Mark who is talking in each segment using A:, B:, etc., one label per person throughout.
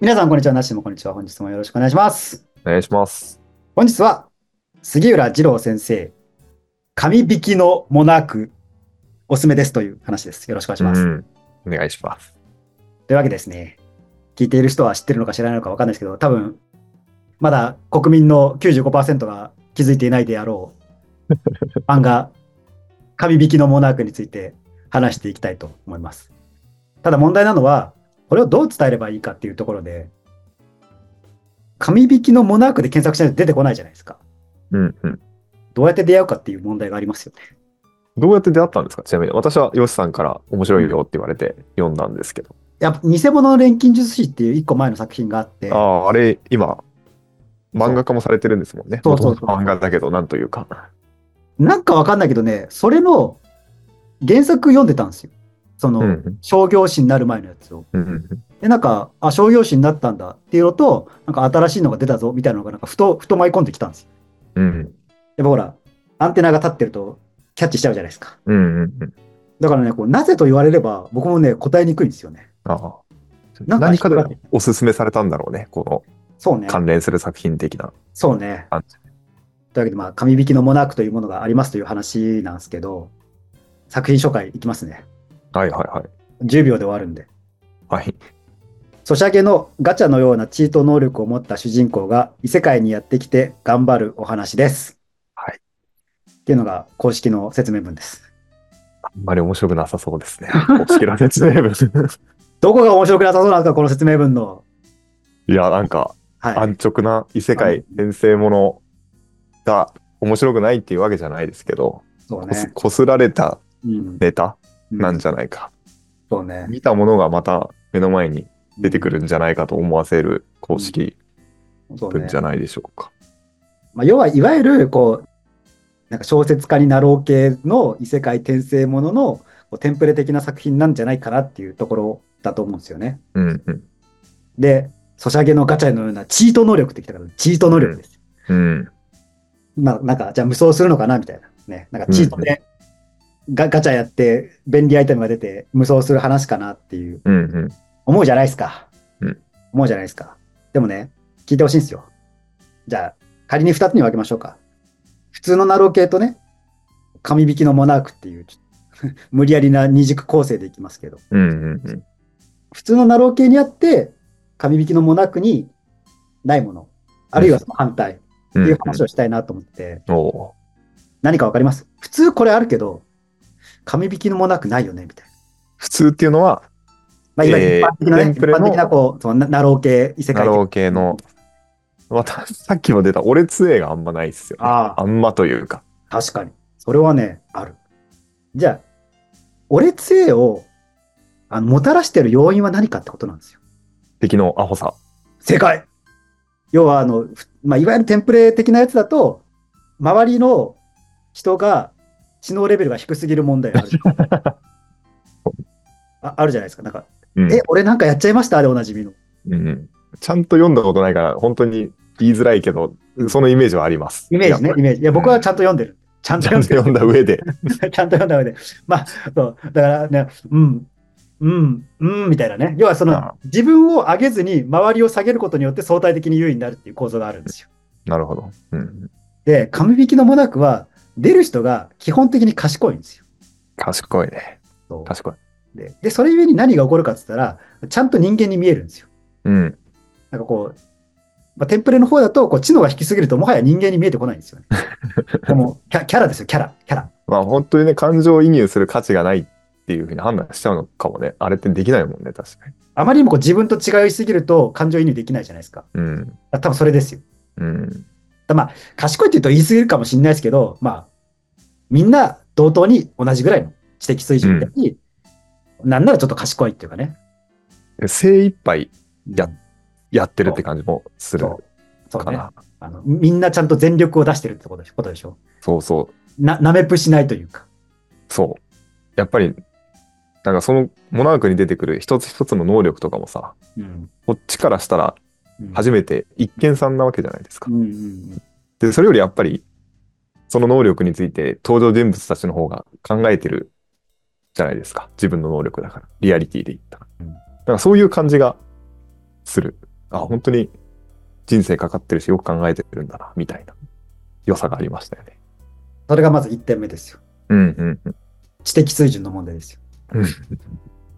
A: 皆さん、こんにちは。なしもこんにちは。本日もよろしくお願いします。
B: お願いします。
A: 本日は、杉浦二郎先生、神引きのモナーク、おすすめですという話です。よろしくお願いします。
B: うん、お願いします。
A: というわけですね。聞いている人は知ってるのか知らないのかわかんないですけど、多分、まだ国民の95%が気づいていないであろう漫画、神引きのモナークについて話していきたいと思います。ただ問題なのは、これをどう伝えればいいかっていうところで、神引きのモナークで検索しないと出てこないじゃないですか。
B: うんうん。
A: どうやって出会うかっていう問題がありますよね。
B: どうやって出会ったんですかちなみに私はヨシさんから面白いよって言われて読んだんですけど。
A: やっぱ偽物の錬金術師っていう一個前の作品があって、
B: ああ、あれ今、漫画化もされてるんですもんね。
A: そうそうそう
B: 元々漫画だけど、なんというか。
A: なんかわかんないけどね、それの原作読んでたんですよ。その、
B: うんうん
A: 商業誌になる前のやつを。
B: うんうん。
A: で、なんか、あ、商業誌になったんだっていうのと、なんか新しいのが出たぞみたいなのが、なんかふと、ふと舞い込んできたんですよ。
B: うん
A: やっぱほら、アンテナが立ってるとキャッチしちゃうじゃないですか。
B: うんうんうん。
A: だからね、こう、なぜと言われれば、僕もね、答えにくいんですよね。
B: ああ。
A: なんか
B: 何かでおすすめされたんだろうね。こ
A: そうね
B: の。関連する作品的な
A: そうね。
B: 感じ。
A: というわけで、まあ、神引きのモナークというものがありますという話なんですけど、作品紹介いきますね。
B: はいはいはい。
A: 10秒で終わるんで。
B: はい。
A: ソシャゲのガチャのようなチート能力を持った主人公が異世界にやってきて頑張るお話です。
B: はい。
A: っていうのが公式の説明文です。
B: あんまり面白くなさそうですね。公式な説明文。
A: どこが面白くなさそうなんですか、この説明文の。
B: いや、なんか、
A: はい。
B: 安直な異世
A: はい
B: 界転生ものが面白くないっていうわけじゃないですけど、
A: そう
B: こす
A: ね。
B: こすられた
A: うん。
B: ネタなん
A: ゃ。
B: じゃないか、
A: そうね。
B: 見たものがまた目の前に出てくるんじゃないかと思わせる公式
A: そう
B: 文
A: ね
B: じ。ゃないでしょうか。
A: まあ、要はいわゆる、こう、なんか小説家になろう系の異世界転生もののこうテンプレ的な作品なんじゃないかなっていうところだと思うんですよね。
B: うんうん
A: で、ソシャゲのガチャのようなチート能力ってきたから、チート能力です。
B: うん
A: まあ、なんか、じゃあ無双するのかなみたいな。ね。なんか、チートで、ガガチャやって、便利アイテムが出て、無双する話かなっていう、
B: うんうん
A: 思うじゃないですか。
B: うん
A: 思うじゃないですか。でもね、聞いてほしいんですよ。じゃあ、仮に2つに分けましょうか。普通のナロー系とね、神引きのモナークっていう、 ちょっと無理やりな二軸構成でいきますけど、
B: うんうんうん
A: 普通のナロー系にあって、神引きのモナークにないもの、あるいはその反対っていう話をしたいなと思って、
B: お
A: 何かわかります普通これあるけど、紙引きのもなくないよねみたいな。
B: 普通っていうのは
A: まあ、いわゆる
B: えー
A: 一般的なね、
B: テン
A: 一
B: プレの
A: 般的なこう、そのなナロー系、異世
B: ナ
A: 界
B: ロ
A: 的
B: ー系の私さっきも出た俺杖があんまないっすよ、ね、
A: ああ
B: あんまというか
A: 確かに。それはね、ある。じゃあ、俺杖をあのもたらしてる要因は何かってことなんですよ。
B: 敵のアホさ
A: 正解要はあの、ふまあ、いわゆるテンプレ的なやつだと、周りの人が知能レベルが低すぎる問題があるじゃんああるじゃないですか。なんか、
B: うん
A: え、俺なんかやっちゃいましたでおなじみの。
B: うんちゃんと読んだことないから、本当に言いづらいけど、そのイメージはあります。
A: イメージね
B: やっ、ぱ
A: イ
B: り
A: メージ。いや、僕はちゃんと読んでる。ちゃんと
B: ちゃ
A: 読
B: ん
A: ん
B: と
A: でる。
B: 読んだ上で。
A: ちゃんと読んだ上で。 まあ、そう。だからね、うん、うん、うん、みたいなね。要はそ
B: ああ
A: の、自分を上げずに周りを下げることによって相対的に優位になるっていう構造があるんですよ。
B: なるほど。うん、
A: で、神引きのモナクは、出る人が基本的に賢いんですよ。
B: 賢いね。
A: そう
B: 賢い。
A: で、でそれゆえに何が起こるかって言ったら、ちゃんと人間に見えるんですよ。
B: うん。
A: なんかこう、まあ、テンプレの方だと、こう、知能が低すぎると、もはや人間に見えてこないんですよ ね。でもキャ、キャラですよ、キャラ、キャラ。
B: まあ本当にね、感情移入する価値がないっていうふうに判断しちゃうのかもね。あれってできないもんね、確かに。
A: あまりにもこう自分と違いすぎると感情移入できないじゃないですか。
B: うん。
A: 多分それですよ。
B: うん。
A: 賢いって言うと言い過ぎるかもしれないですけど、まあ、みんな同等に同じぐらいの知的水準であり、なんならちょっと賢いっていうかね。
B: で精一杯ややってるって感じもする
A: そうそう
B: か
A: ね
B: な。
A: あの。みんなちゃんと全力を出してるってことでことでしょ。
B: そうそう
A: な、なめぷしないというか。
B: そう。やっぱり、なんかそのモナークに出てくる一つ一つの能力とかもさ、
A: うん。
B: こっちからしたら
A: うん
B: 初めて一見さんなわけじゃないですか
A: う。んうん
B: で、それよりやっぱり、その能力について登場人物たちの方が考えてるじゃないですか。自分の能力だから。リアリティで言ったら。
A: うん
B: なんかそういう感じがする。あ、本当に人生かかってるし、よく考えてるんだな、みたいな良さがありましたよね。
A: それがまず1点目ですよ。
B: うんうんうん。
A: 知的水準の問題ですよ
B: うん。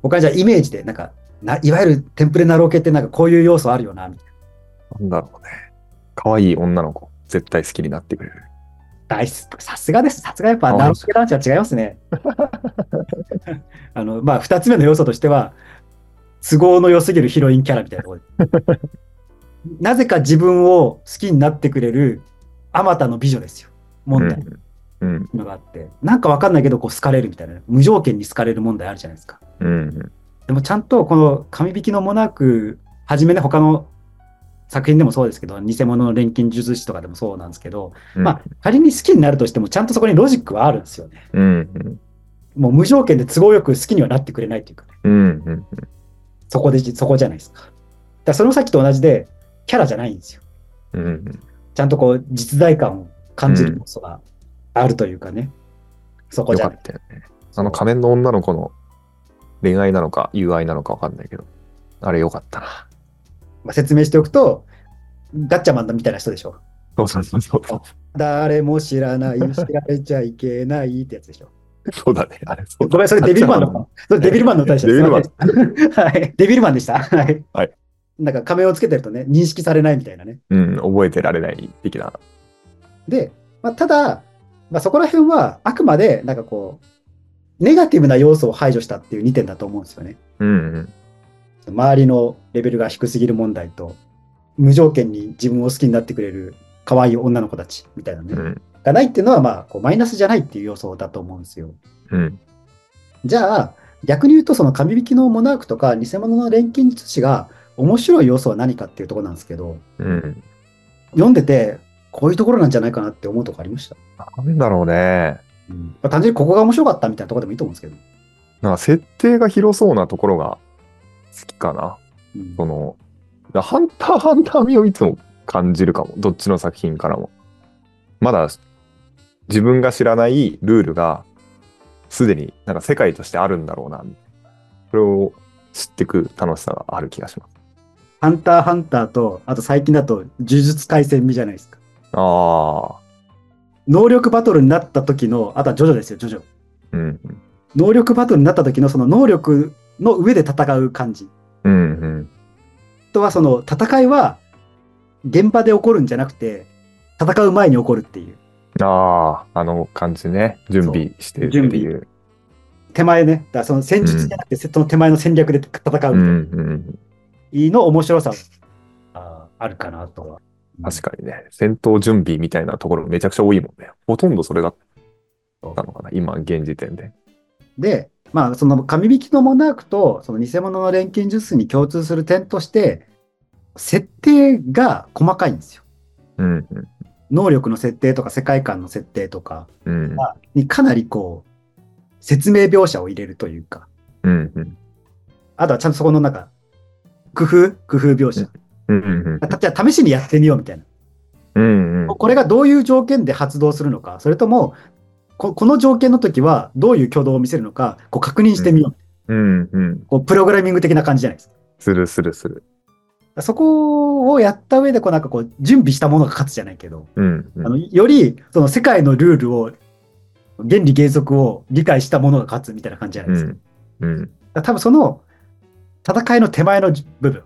A: 他にじゃあイメージで、なんか、ないわゆるテンプレなロケってなんかこういう要素あるよな、みたいな。
B: なんだろうね。可愛い女の子、絶対好きになってくれる。
A: 大好きさすがです。さすがやっぱ
B: あ
A: ナロケ男子は違いますね。 あの、まあ、2つ目の要素としては、都合の良すぎるヒロインキャラみたいなところなぜか自分を好きになってくれる、あまたの美女ですよ。問題。
B: うんうん。
A: のがあって、なんかわかんないけど、こう好かれるみたいな、無条件に好かれる問題あるじゃないですか。
B: うんうん。
A: でもちゃんとこの神引きのモナーク、はじめね、他の作品でもそうですけど、偽物の錬金術師とかでもそうなんですけど、
B: うん
A: まあ、仮に好きになるとしても、ちゃんとそこにロジックはあるんですよね。
B: うんうん。
A: もう無条件で都合よく好きにはなってくれないというか、ね、
B: うんうん。
A: そこで、そこじゃないですか。だからそれもさっきと同じで、キャラじゃないんですよ。
B: うんうん。
A: ちゃんとこう、実在感を感じる要素があるというかね。そこ
B: よ
A: じゃ
B: か
A: ない。
B: ったよね。あの仮面の女の子の恋愛なのか、友愛なのかわかんないけど、あれよかったな。
A: まあ、説明しておくと、ガッチャマンだみたいな人でしょ。
B: そうそうそうそう。
A: 誰も知らない、知られちゃいけないってやつでしょ。
B: そうだね。あれ、そうだ
A: ごめん、それデビルマンの、それデビルマンの歌でした。
B: デビルマン
A: すいません。はい。デビルマンでした。はい。
B: はい
A: なんか仮面をつけてるとね、認識されないみたいなね。
B: うん、覚えてられない的な。
A: で、まあ、ただ、まあ、そこら辺はあくまで、なんかこう、ネガティブな要素を排除したっていう2点だと思うんですよね。
B: うんうん。
A: 周りのレベルが低すぎる問題と、無条件に自分を好きになってくれる可愛い女の子たちみたいなね。
B: うん
A: がないっていうのは、まあ、こうマイナスじゃないっていう要素だと思うんですよ。
B: うん。
A: じゃあ、逆に言うと、その神引きのモナークとか、偽物の錬金術師が面白い要素は何かっていうところなんですけど、
B: うん。
A: 読んでて、こういうところなんじゃないかなって思うとこありました。
B: なんだろうね。
A: まあ、単純にここが面白かったみたいなところでもいいと思うんですけど。
B: なんか設定が広そうなところが好きかな。
A: うん
B: その、だハンターハンター味をいつも感じるかも。どっちの作品からも。まだ自分が知らないルールがすでになんか世界としてあるんだろうな。それを知ってく楽しさがある気がします。
A: ハンターハンターと、あと最近だと、呪術廻戦みじゃないですか。
B: ああ。
A: 能力バトルになった時の、あとはジョジョですよ、ジョジョ。
B: うん。
A: 能力バトルになった時の、その能力の上で戦う感じ。
B: うんうん。
A: あとはその戦いは現場で起こるんじゃなくて戦う前に起こるっていう
B: ああ、あの感じね。準備してって
A: 準
B: い
A: 備
B: う。
A: 手前ねだからその戦術じゃなくて、その手前の戦略で戦うみた
B: う
A: い
B: ん
A: な
B: う
A: の
B: ん。
A: 面白さがあるかなとは
B: 確かにね。戦闘準備みたいなところめちゃくちゃ多いもんね。ほとんどそれだったのかな。今、現時点で。
A: でまあその神引きのモナークとその偽物の錬金術師に共通する点として設定が細かいんですよ
B: うん
A: 能力の設定とか世界観の設定とか
B: うん。
A: にかなりこう説明描写を入れるというか
B: うんうん。
A: あとはちゃんとそこのなんか工夫工夫描写
B: うんうん
A: たじゃあ試しにやってみようみたいな。
B: うんうん。
A: これがどういう条件で発動するのか、それとも、ここの条件の時はどういう挙動を見せるのか、こう確認してみよう。
B: うんうん。
A: こうプログラミング的な感じじゃないです
B: するするする。
A: か。そこをやった上で、こうなんかこう、準備したものが勝つじゃないけど、
B: うんう
A: あの
B: ん。
A: より、その世界のルールを、原理原則を理解したものが勝つみたいな感じじゃないうですか。
B: んうん。
A: だから多分その、戦いの手前の部分、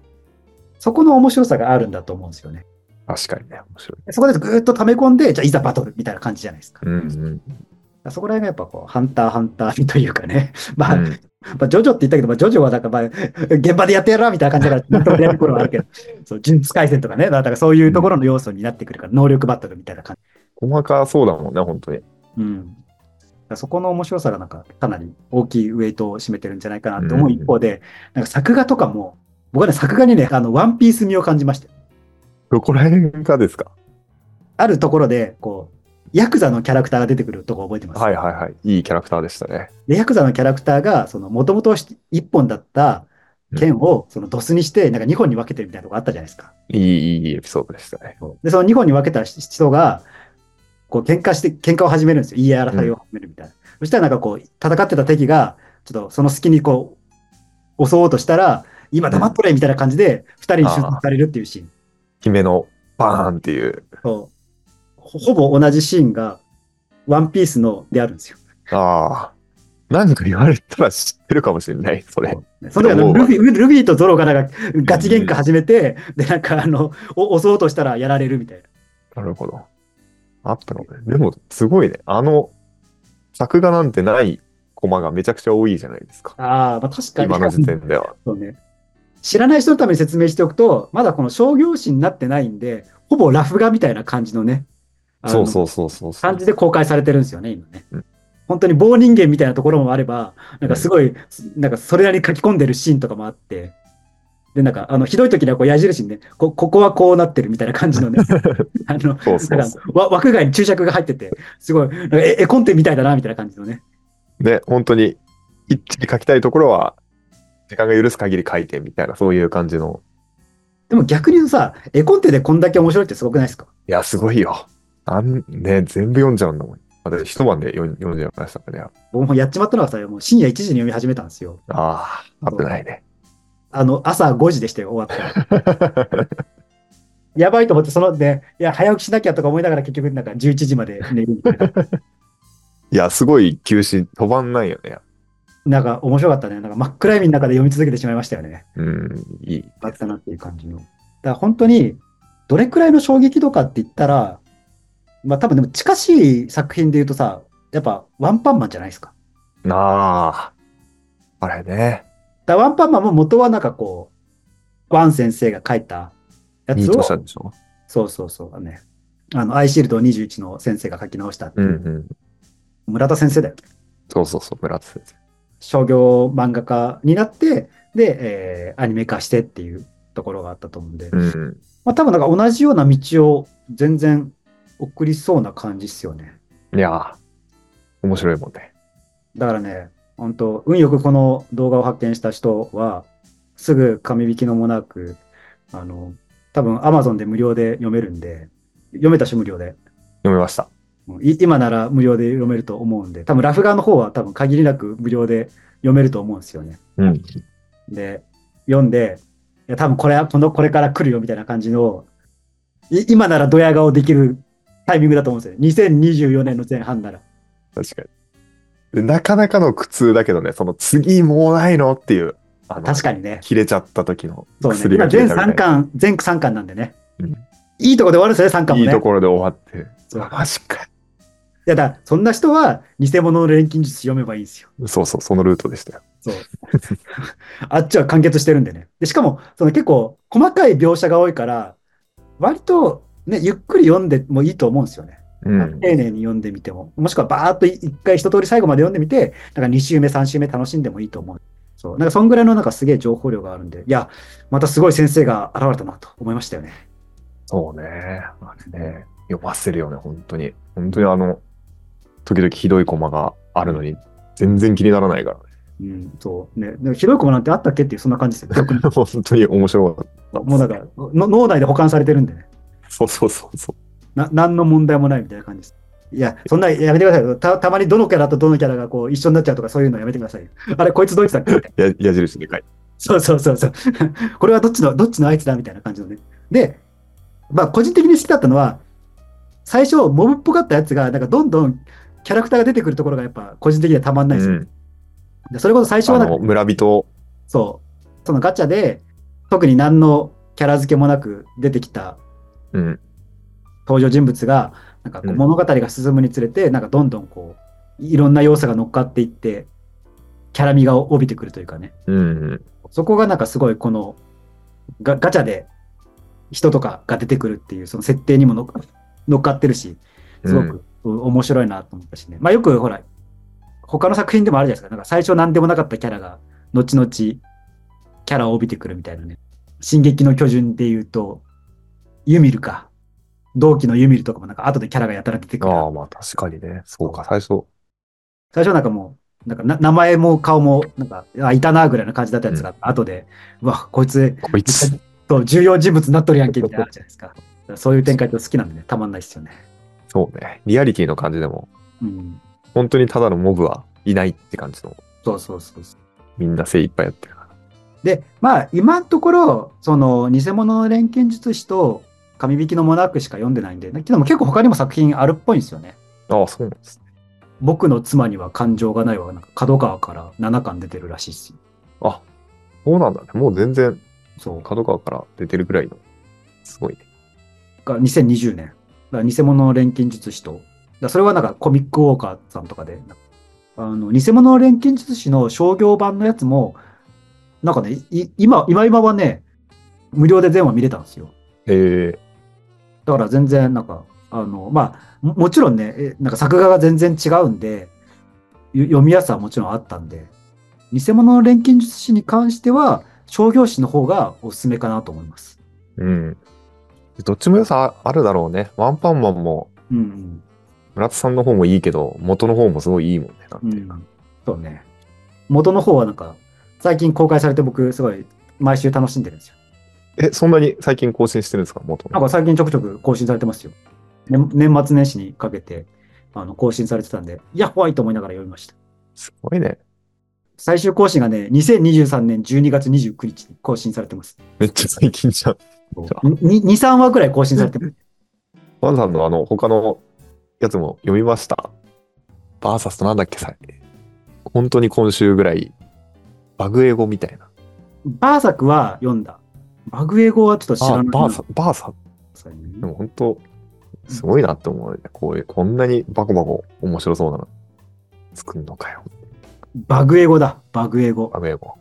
A: そこの面白さがあるんだと思うんですよね。
B: 確かにね、面白い。
A: そこでぐーっと溜め込んで、じゃあいざバトルみたいな感じじゃないですか。
B: うんうん。
A: そこら辺がやっぱこう、ハンター、ハンターというかね、 まあ、
B: うん
A: まあ、ジョジョって言ったけど、まあ、ジョジョはなんか、まあ、 現場でやってやらみたいな感じだから、なんともやるところはあるけど、そう、呪術廻戦とかね、まあだからそういうところの要素になってくるから、能力バトルみたいな感じ。
B: 細かそうだもんね、本当に。
A: うん。だからそこの面白さがなんか、かなり大きいウェイトを占めてるんじゃないかなと思う一方で、なんか作画とかも、僕はね、作画にね、あの、ワンピース味を感じましたよ。
B: どこら辺がですか
A: あるところで、こう、ヤクザのキャラクターが出てくるとこ覚えてます。
B: はいはいはい。いいキャラクターでしたね。
A: で、ヤクザのキャラクターが、その、もともと1本だった剣を、その、ドスにして、なんか2本に分けてるみたいなとこあったじゃないですか。
B: いい、いいエピソードでしたね。
A: で、その2本に分けた人が、こう、喧嘩して、喧嘩を始めるんですよ。言い争いを始めるみたいな。そしたらなんかこう、戦ってた敵が、ちょっとその隙にこう、襲おうとしたら、今黙っとれみたいな感じで、2人に出産されるっていうシーン。
B: 姫のバーンっていう。
A: そうほほぼ同じシーンが、ワンピースのであるんですよ。
B: ああ。何か言われたら知ってるかもしれない、それ。
A: その時あ
B: も
A: の
B: う
A: ルフィ、ルフィとゾロがなんかガチ喧嘩始めて、で、なんかあの、お襲おうとしたらやられるみたいな。
B: なるほど。あったのね。でも、すごいね。あの、作画なんてないコマがめちゃくちゃ多いじゃないですか。
A: ああ、まあ確かに。
B: 今の時点では。
A: そうね。知らない人のために説明しておくと、まだこの商業誌になってないんで、ほぼラフ画みたいな感じのね、あ
B: そ
A: の
B: うそうそうそうそう。
A: 感じで公開されてるんですよね、今ね
B: うん。
A: 本当に棒人間みたいなところもあれば、なんかすごい、なんかそれなりに書き込んでるシーンとかもあって、で、なんか、あの、ひどい時にはこう矢印にね、こ、ここはこうなってるみたいな感じのね、 あの、
B: そうそう
A: なん
B: そ
A: かわ枠外に注釈が入ってて、すごい、なんか絵絵コンテみたいだな、みたいな感じのね。
B: う。で、本当に、一気に書きたいところは、時間が許す限り書いてみたいな、そういう感じの。
A: でも逆に言うとさ、絵コンテでこんだけ面白いってすごくないですか
B: いや、すごいよ。なんね、全部読んじゃうんだもん。私、一晩で読ん読んじゃいましたからね。
A: 僕もやっちまったのはさ、もう深夜1時に読み始めたんですよ。
B: ああ、危な いね。
A: あの、朝5時でしたよ、終わったら。やばいと思って、そのね、いや、早起きしなきゃとか思いながら結局、なんか11時まで寝るみたいな。
B: いや、すごい休止、飛ばんないよね。
A: なんか面白かったね。なんか真っ暗闇の中で読み続けてしまいましたよね。
B: うん、いい。
A: あったなっていう感じの。だから本当に、どれくらいの衝撃度かって言ったら、まあ多分でも近しい作品で言うとさ、やっぱワンパンマンじゃないですか。
B: なあ、あれね。
A: だからワンパンマンも元はなんかこう、ワン先生が書いたや
B: ニ
A: つ
B: ート
A: を
B: した、んでしょ
A: そうそうそう、ね。あの、アイシールド21の先生が書き直したって
B: う
A: い
B: ん
A: う、
B: うん。
A: 村田先生だよ。
B: そうそうそう、村津先生。
A: 商業漫画家になって、で、えーアニメ化してっていうところがあったと思うんで、
B: うん。
A: まあ多分なんか同じような道を全然送りそうな感じっすよね。
B: いやー、面白いもんね。
A: だからね、本当運よくこの動画を発見した人は、すぐ紙引きのもなく、あの、多分 Amazon で無料で読めるんで、読めたし無料で。
B: 読みました。
A: い今なら無料で読めると思うんで、多分ラフ側の方は多分限りなく無料で読めると思うんですよね。
B: うん。
A: で、読んで、いや多分これはこのこれから来るよみたいな感じの、い今ならドヤ顔できるタイミングだと思うんですよね。2024年の前半なら。
B: 確かに。でなかなかの苦痛だけどね、その次もうないのっていう、あの、
A: 確かにね。
B: 切れちゃった時の
A: そうね。
B: 薬
A: 今
B: が切れ
A: 全
B: たみたい
A: 3
B: な
A: 巻、全3巻なんでね。
B: うん
A: いいとこで終わるんですよね、3巻
B: い
A: も
B: い
A: ね。
B: ところで終わって、
A: そう
B: あマジか
A: いやだから、そんな人は偽物の錬金術読めばいいんですよ。
B: よ。そうそう、そのルートでしたよ。
A: そう。 あっちは完結してるんでね。でしかも、その結構細かい描写が多いから、割とね、ゆっくり読んでもいいと思うんですよね。
B: うん。
A: 丁寧に読んでみても、もしくはバーっと一回一通り最後まで読んでみて、なんか2週目、3週目楽しんでもいいと思う。そう。なんかそんぐらいのなんかすげえ情報量があるんで、いや、またすごい先生が現れたなと思いましたよね。
B: そうね。あれね。読ませるよね、本当に。本当にあの、時々ひどいコマがあるのに、全然気にならないからね。
A: うん、そう。ね、でもひどいコマなんてあったっけっていう、そんな感じですよ。逆に
B: 本当に面白かった。
A: もうだから、の脳内で保管されてるんでね。
B: そうそうそうそう。
A: な何の問題もないみたいな感じです。いや、そんなやめてくださいよた。たまにどのキャラとどのキャラがこう一緒になっちゃうとかそういうのやめてくださいよ。 あれ、こいつどいつだっけ
B: や矢印でかい。
A: そうそうそうそう。 これはどっちの、どっちのあいつだみたいな感じのね。で、まあ個人的に好きだったのは、最初、モブっぽかったやつが、なんかどんどんキャラクターが出てくるところがやっぱ個人的にはたまんないですよ。
B: うん
A: でそれこそ最初は
B: あ
A: なんか
B: の、村人、
A: そう、そのガチャで、特に何のキャラ付けもなく出てきた
B: うん、
A: 登場人物が、なんかこう
B: うん
A: 物語が進むにつれて、なんかどんどんこう、いろんな要素が乗っかっていって、キャラ味が帯びてくるというかね。
B: うん、
A: そこがなんかすごいこのガガチャで人とかが出てくるっていうその設定にもの乗っかってるし、すごく面白いなと思ったしね。まあよくほら、他の作品でもあるじゃないですか。なんか最初何でもなかったキャラが、後々キャラを帯びてくるみたいなね。進撃の巨人で言うと、ユミルか。同期のユミルとかもなんか後でキャラがやたら出てくる。
B: ああ、まあ確かにね。そうか、最初。
A: 最初はなんかもう、なんかな名前も顔も、なんか、あ、いたなぐらいな感じだったやつが、後で、うわ、こいつ
B: こいつ。
A: そう、重要人物になっとるやんけ、みたいなのあるじゃないですか。だからそういう展開って好きなんでね、たまんないですよね。
B: そうね。リアリティの感じでも、
A: うん。
B: 本当にただのモブはいないって感じの、
A: そうそうそうそ
B: みんな精一杯やってるから。
A: う。で、まあ、今のところ、その、偽物の錬金術師と、神引きのモナークしか読んでないんで、けども結構他にも作品あるっぽいんですよね。
B: ああ、そうなんですね。
A: 僕の妻には感情がないわ、なんか角川から7巻出てるらしいっす。
B: あ、そうなんだね。もう全然、
A: そう。
B: 角川から出てるぐらいの、すごいね。
A: が2020年。だから偽物の錬金術師と。だからそれはなんかコミックウォーカーさんとかで。あの、偽物の錬金術師の商業版のやつも、なんかね、い今、今今はね、無料で全話見れたんですよ。
B: ええ
A: だから全然、なんか、あの、まあ、ももちろんね、えなんか作画が全然違うんで、よ読みやすさはもちろんあったんで、偽物の錬金術師に関しては、商業誌の方がおすすめかなと思います。
B: うん。どっちも良さあるだろうね。ワンパンマンも、
A: うん
B: 村田さんの方もいいけど、元の方もすごいいいもんね。なん
A: うん。
B: て
A: う
B: いうか
A: ん、そうね。元の方はなんか、最近公開されて僕、すごい、毎週楽しんでるんですよ。
B: え、そんなに最近更新してるんですか元
A: なん
B: の。
A: か最近ちょくちょく更新されてますよ。年年末年始にかけて、あの、更新されてたんで、いや、怖いと思いながら読みました。
B: すごいね。
A: 最終更新がね、2023年12月29日に更新されてます。
B: めっちゃ最近じゃん。
A: に2、3話くらい更新されてます。
B: ワンさんのあの、他のやつも読みました。バーサスとなんだっけさ、本当に今週ぐらい、バグエゴみたいな。
A: バーサクは読んだ。バグエゴはちょっと知ら
B: あ
A: ない
B: バーサ、バーサ、でも本当、すごいなって思うね。こういう、こんなにバコバコ面白そうなの作るのかよ。
A: バグエゴだ。バグエゴ
B: バ。グエゴ。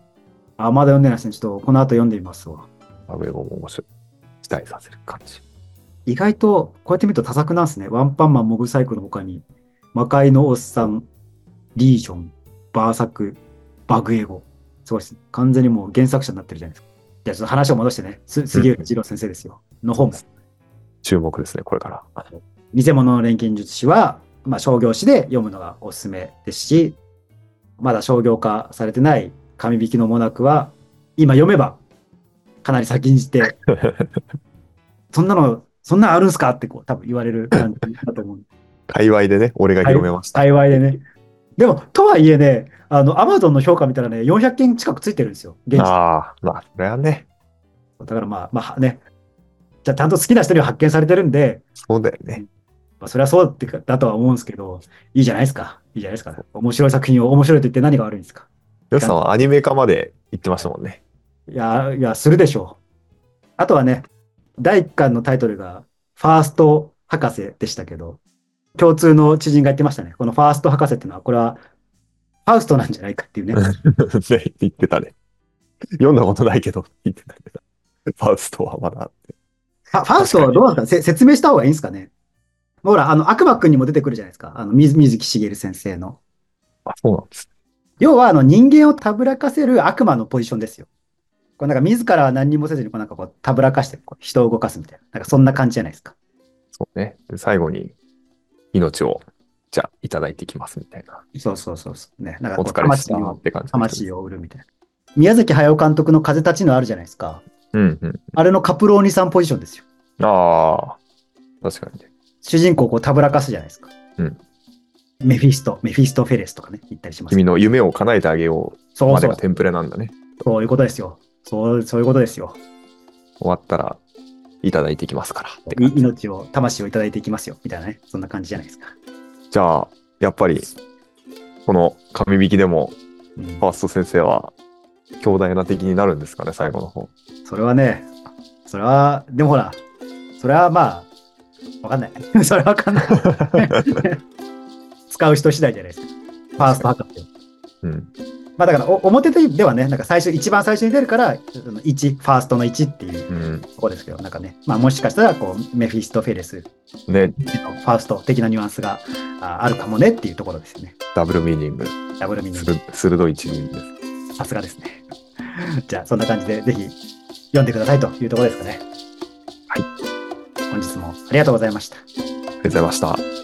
A: あ、まだ読んでないですね。ちょっとこの後読んでみますわ。
B: バグエゴも面白い。期待させる感じ。
A: 意外と、こうやって見ると多作なんですね。ワンパンマン、モグサイクの他に、魔界のおっさん、リージョン、バーサク、バグエゴ。すごいですね。完全にもう原作者になってるじゃないですか。じゃあちょっと話を戻してね。す杉浦二郎先生ですよ。の本も。
B: 注目ですね、これから。
A: 偽物の錬金術師は、まあ、商業誌で読むのがおすすめですし、まだ商業化されてない神引きのモナクは、今読めば、かなり先んじ て、そんなの、そんなんあるんすかってこう、多分言われる感じだと思う。
B: 界隈でね、俺が広めました。
A: 幸いでね。でも、とはいえね、あの、アマゾンの評価見たらね、400件近くついてるんですよ。現地
B: ああ、まあ、それはね、
A: だからまあ、まあね、じゃあちゃんと好きな人には発見されてるんで、
B: そうだよね。
A: まあ、それはそうってかだとは思うんですけど、いいじゃないですか。いいじゃないですか。面白い作品を面白いと言って何が悪いんですか。
B: よしさんはアニメ化まで行ってましたもんね。
A: いや、いや、するでしょう。あとはね、第1巻のタイトルが、ファースト博士でしたけど、共通の知人が言ってましたね。このファースト博士っていうのは、これは、ファウストなんじゃないかっていうね。
B: ね言ってたね。読んだことないけど、言ってたけど。ファウストはまだ。
A: ファファウストはどうなんですかせ説明した方がいいんですかね。ほら、あの、悪魔くんにも出てくるじゃないですか。あの、水水木しげる先生の。
B: あ、そうなんです。
A: 要はあの人間をたぶらかせる悪魔のポジションですよ。こうなんか自らは何にもせずにこうなんかこうたぶらかしてこう人を動かすみたいな。なんかそんな感じじゃないですか。
B: そうね。で最後に、命を、じゃあ、いただいてきますみたいな。
A: そうそうそうそう。ね。なんか
B: お
A: こう
B: 疲れでし
A: 魂
B: た
A: を
B: って感じ。
A: 魂を売るみたいな。宮崎駿監督の風立ちのあるじゃないですか。
B: うんうん。
A: あれのカプローニさんポジションですよ。
B: ああ、確かにね。
A: 主人公をこうたぶらかすじゃないですか。
B: うん。
A: メフィスト、メフィストフェレスとかね、言ったりします。
B: 君の夢を叶えてあげよう
A: そう
B: ま
A: そ
B: で
A: う
B: が、テンプレなんだね。
A: そういうことですよ。そう、そういうことですよ。
B: 終わったら、いただいてきますからっ
A: い
B: て感じ。
A: 命を、魂をいただいていきますよ。みたいなね。そんな感じじゃないですか。
B: じゃあ、やっぱり、この神引きでも、
A: うん
B: ファースト先生は強大な敵になるんですかね、最後の方。
A: それはね、それは、でもほら、それはまあ、わかんない。 それはわかんない。使う人次第じゃないですか。ファースト博士。
B: うん。
A: まあだからお、表ではね、なんか最初、一番最初に出るから、その1、ファーストの1っていう
B: うん。
A: とこですけど、なんかね、まあもしかしたら、こう、メフィストフェレス
B: ね、
A: のファースト的なニュアンスがああるかもねっていうところですよね。
B: ダブルミーニング、
A: ダブルミニング
B: 鋭鋭い一人です。
A: さすがですね。じゃあ、そんな感じで、ぜひ読んでくださいというところですかね。。
B: はい
A: 本日もありがとうございました。
B: ありがとうございました。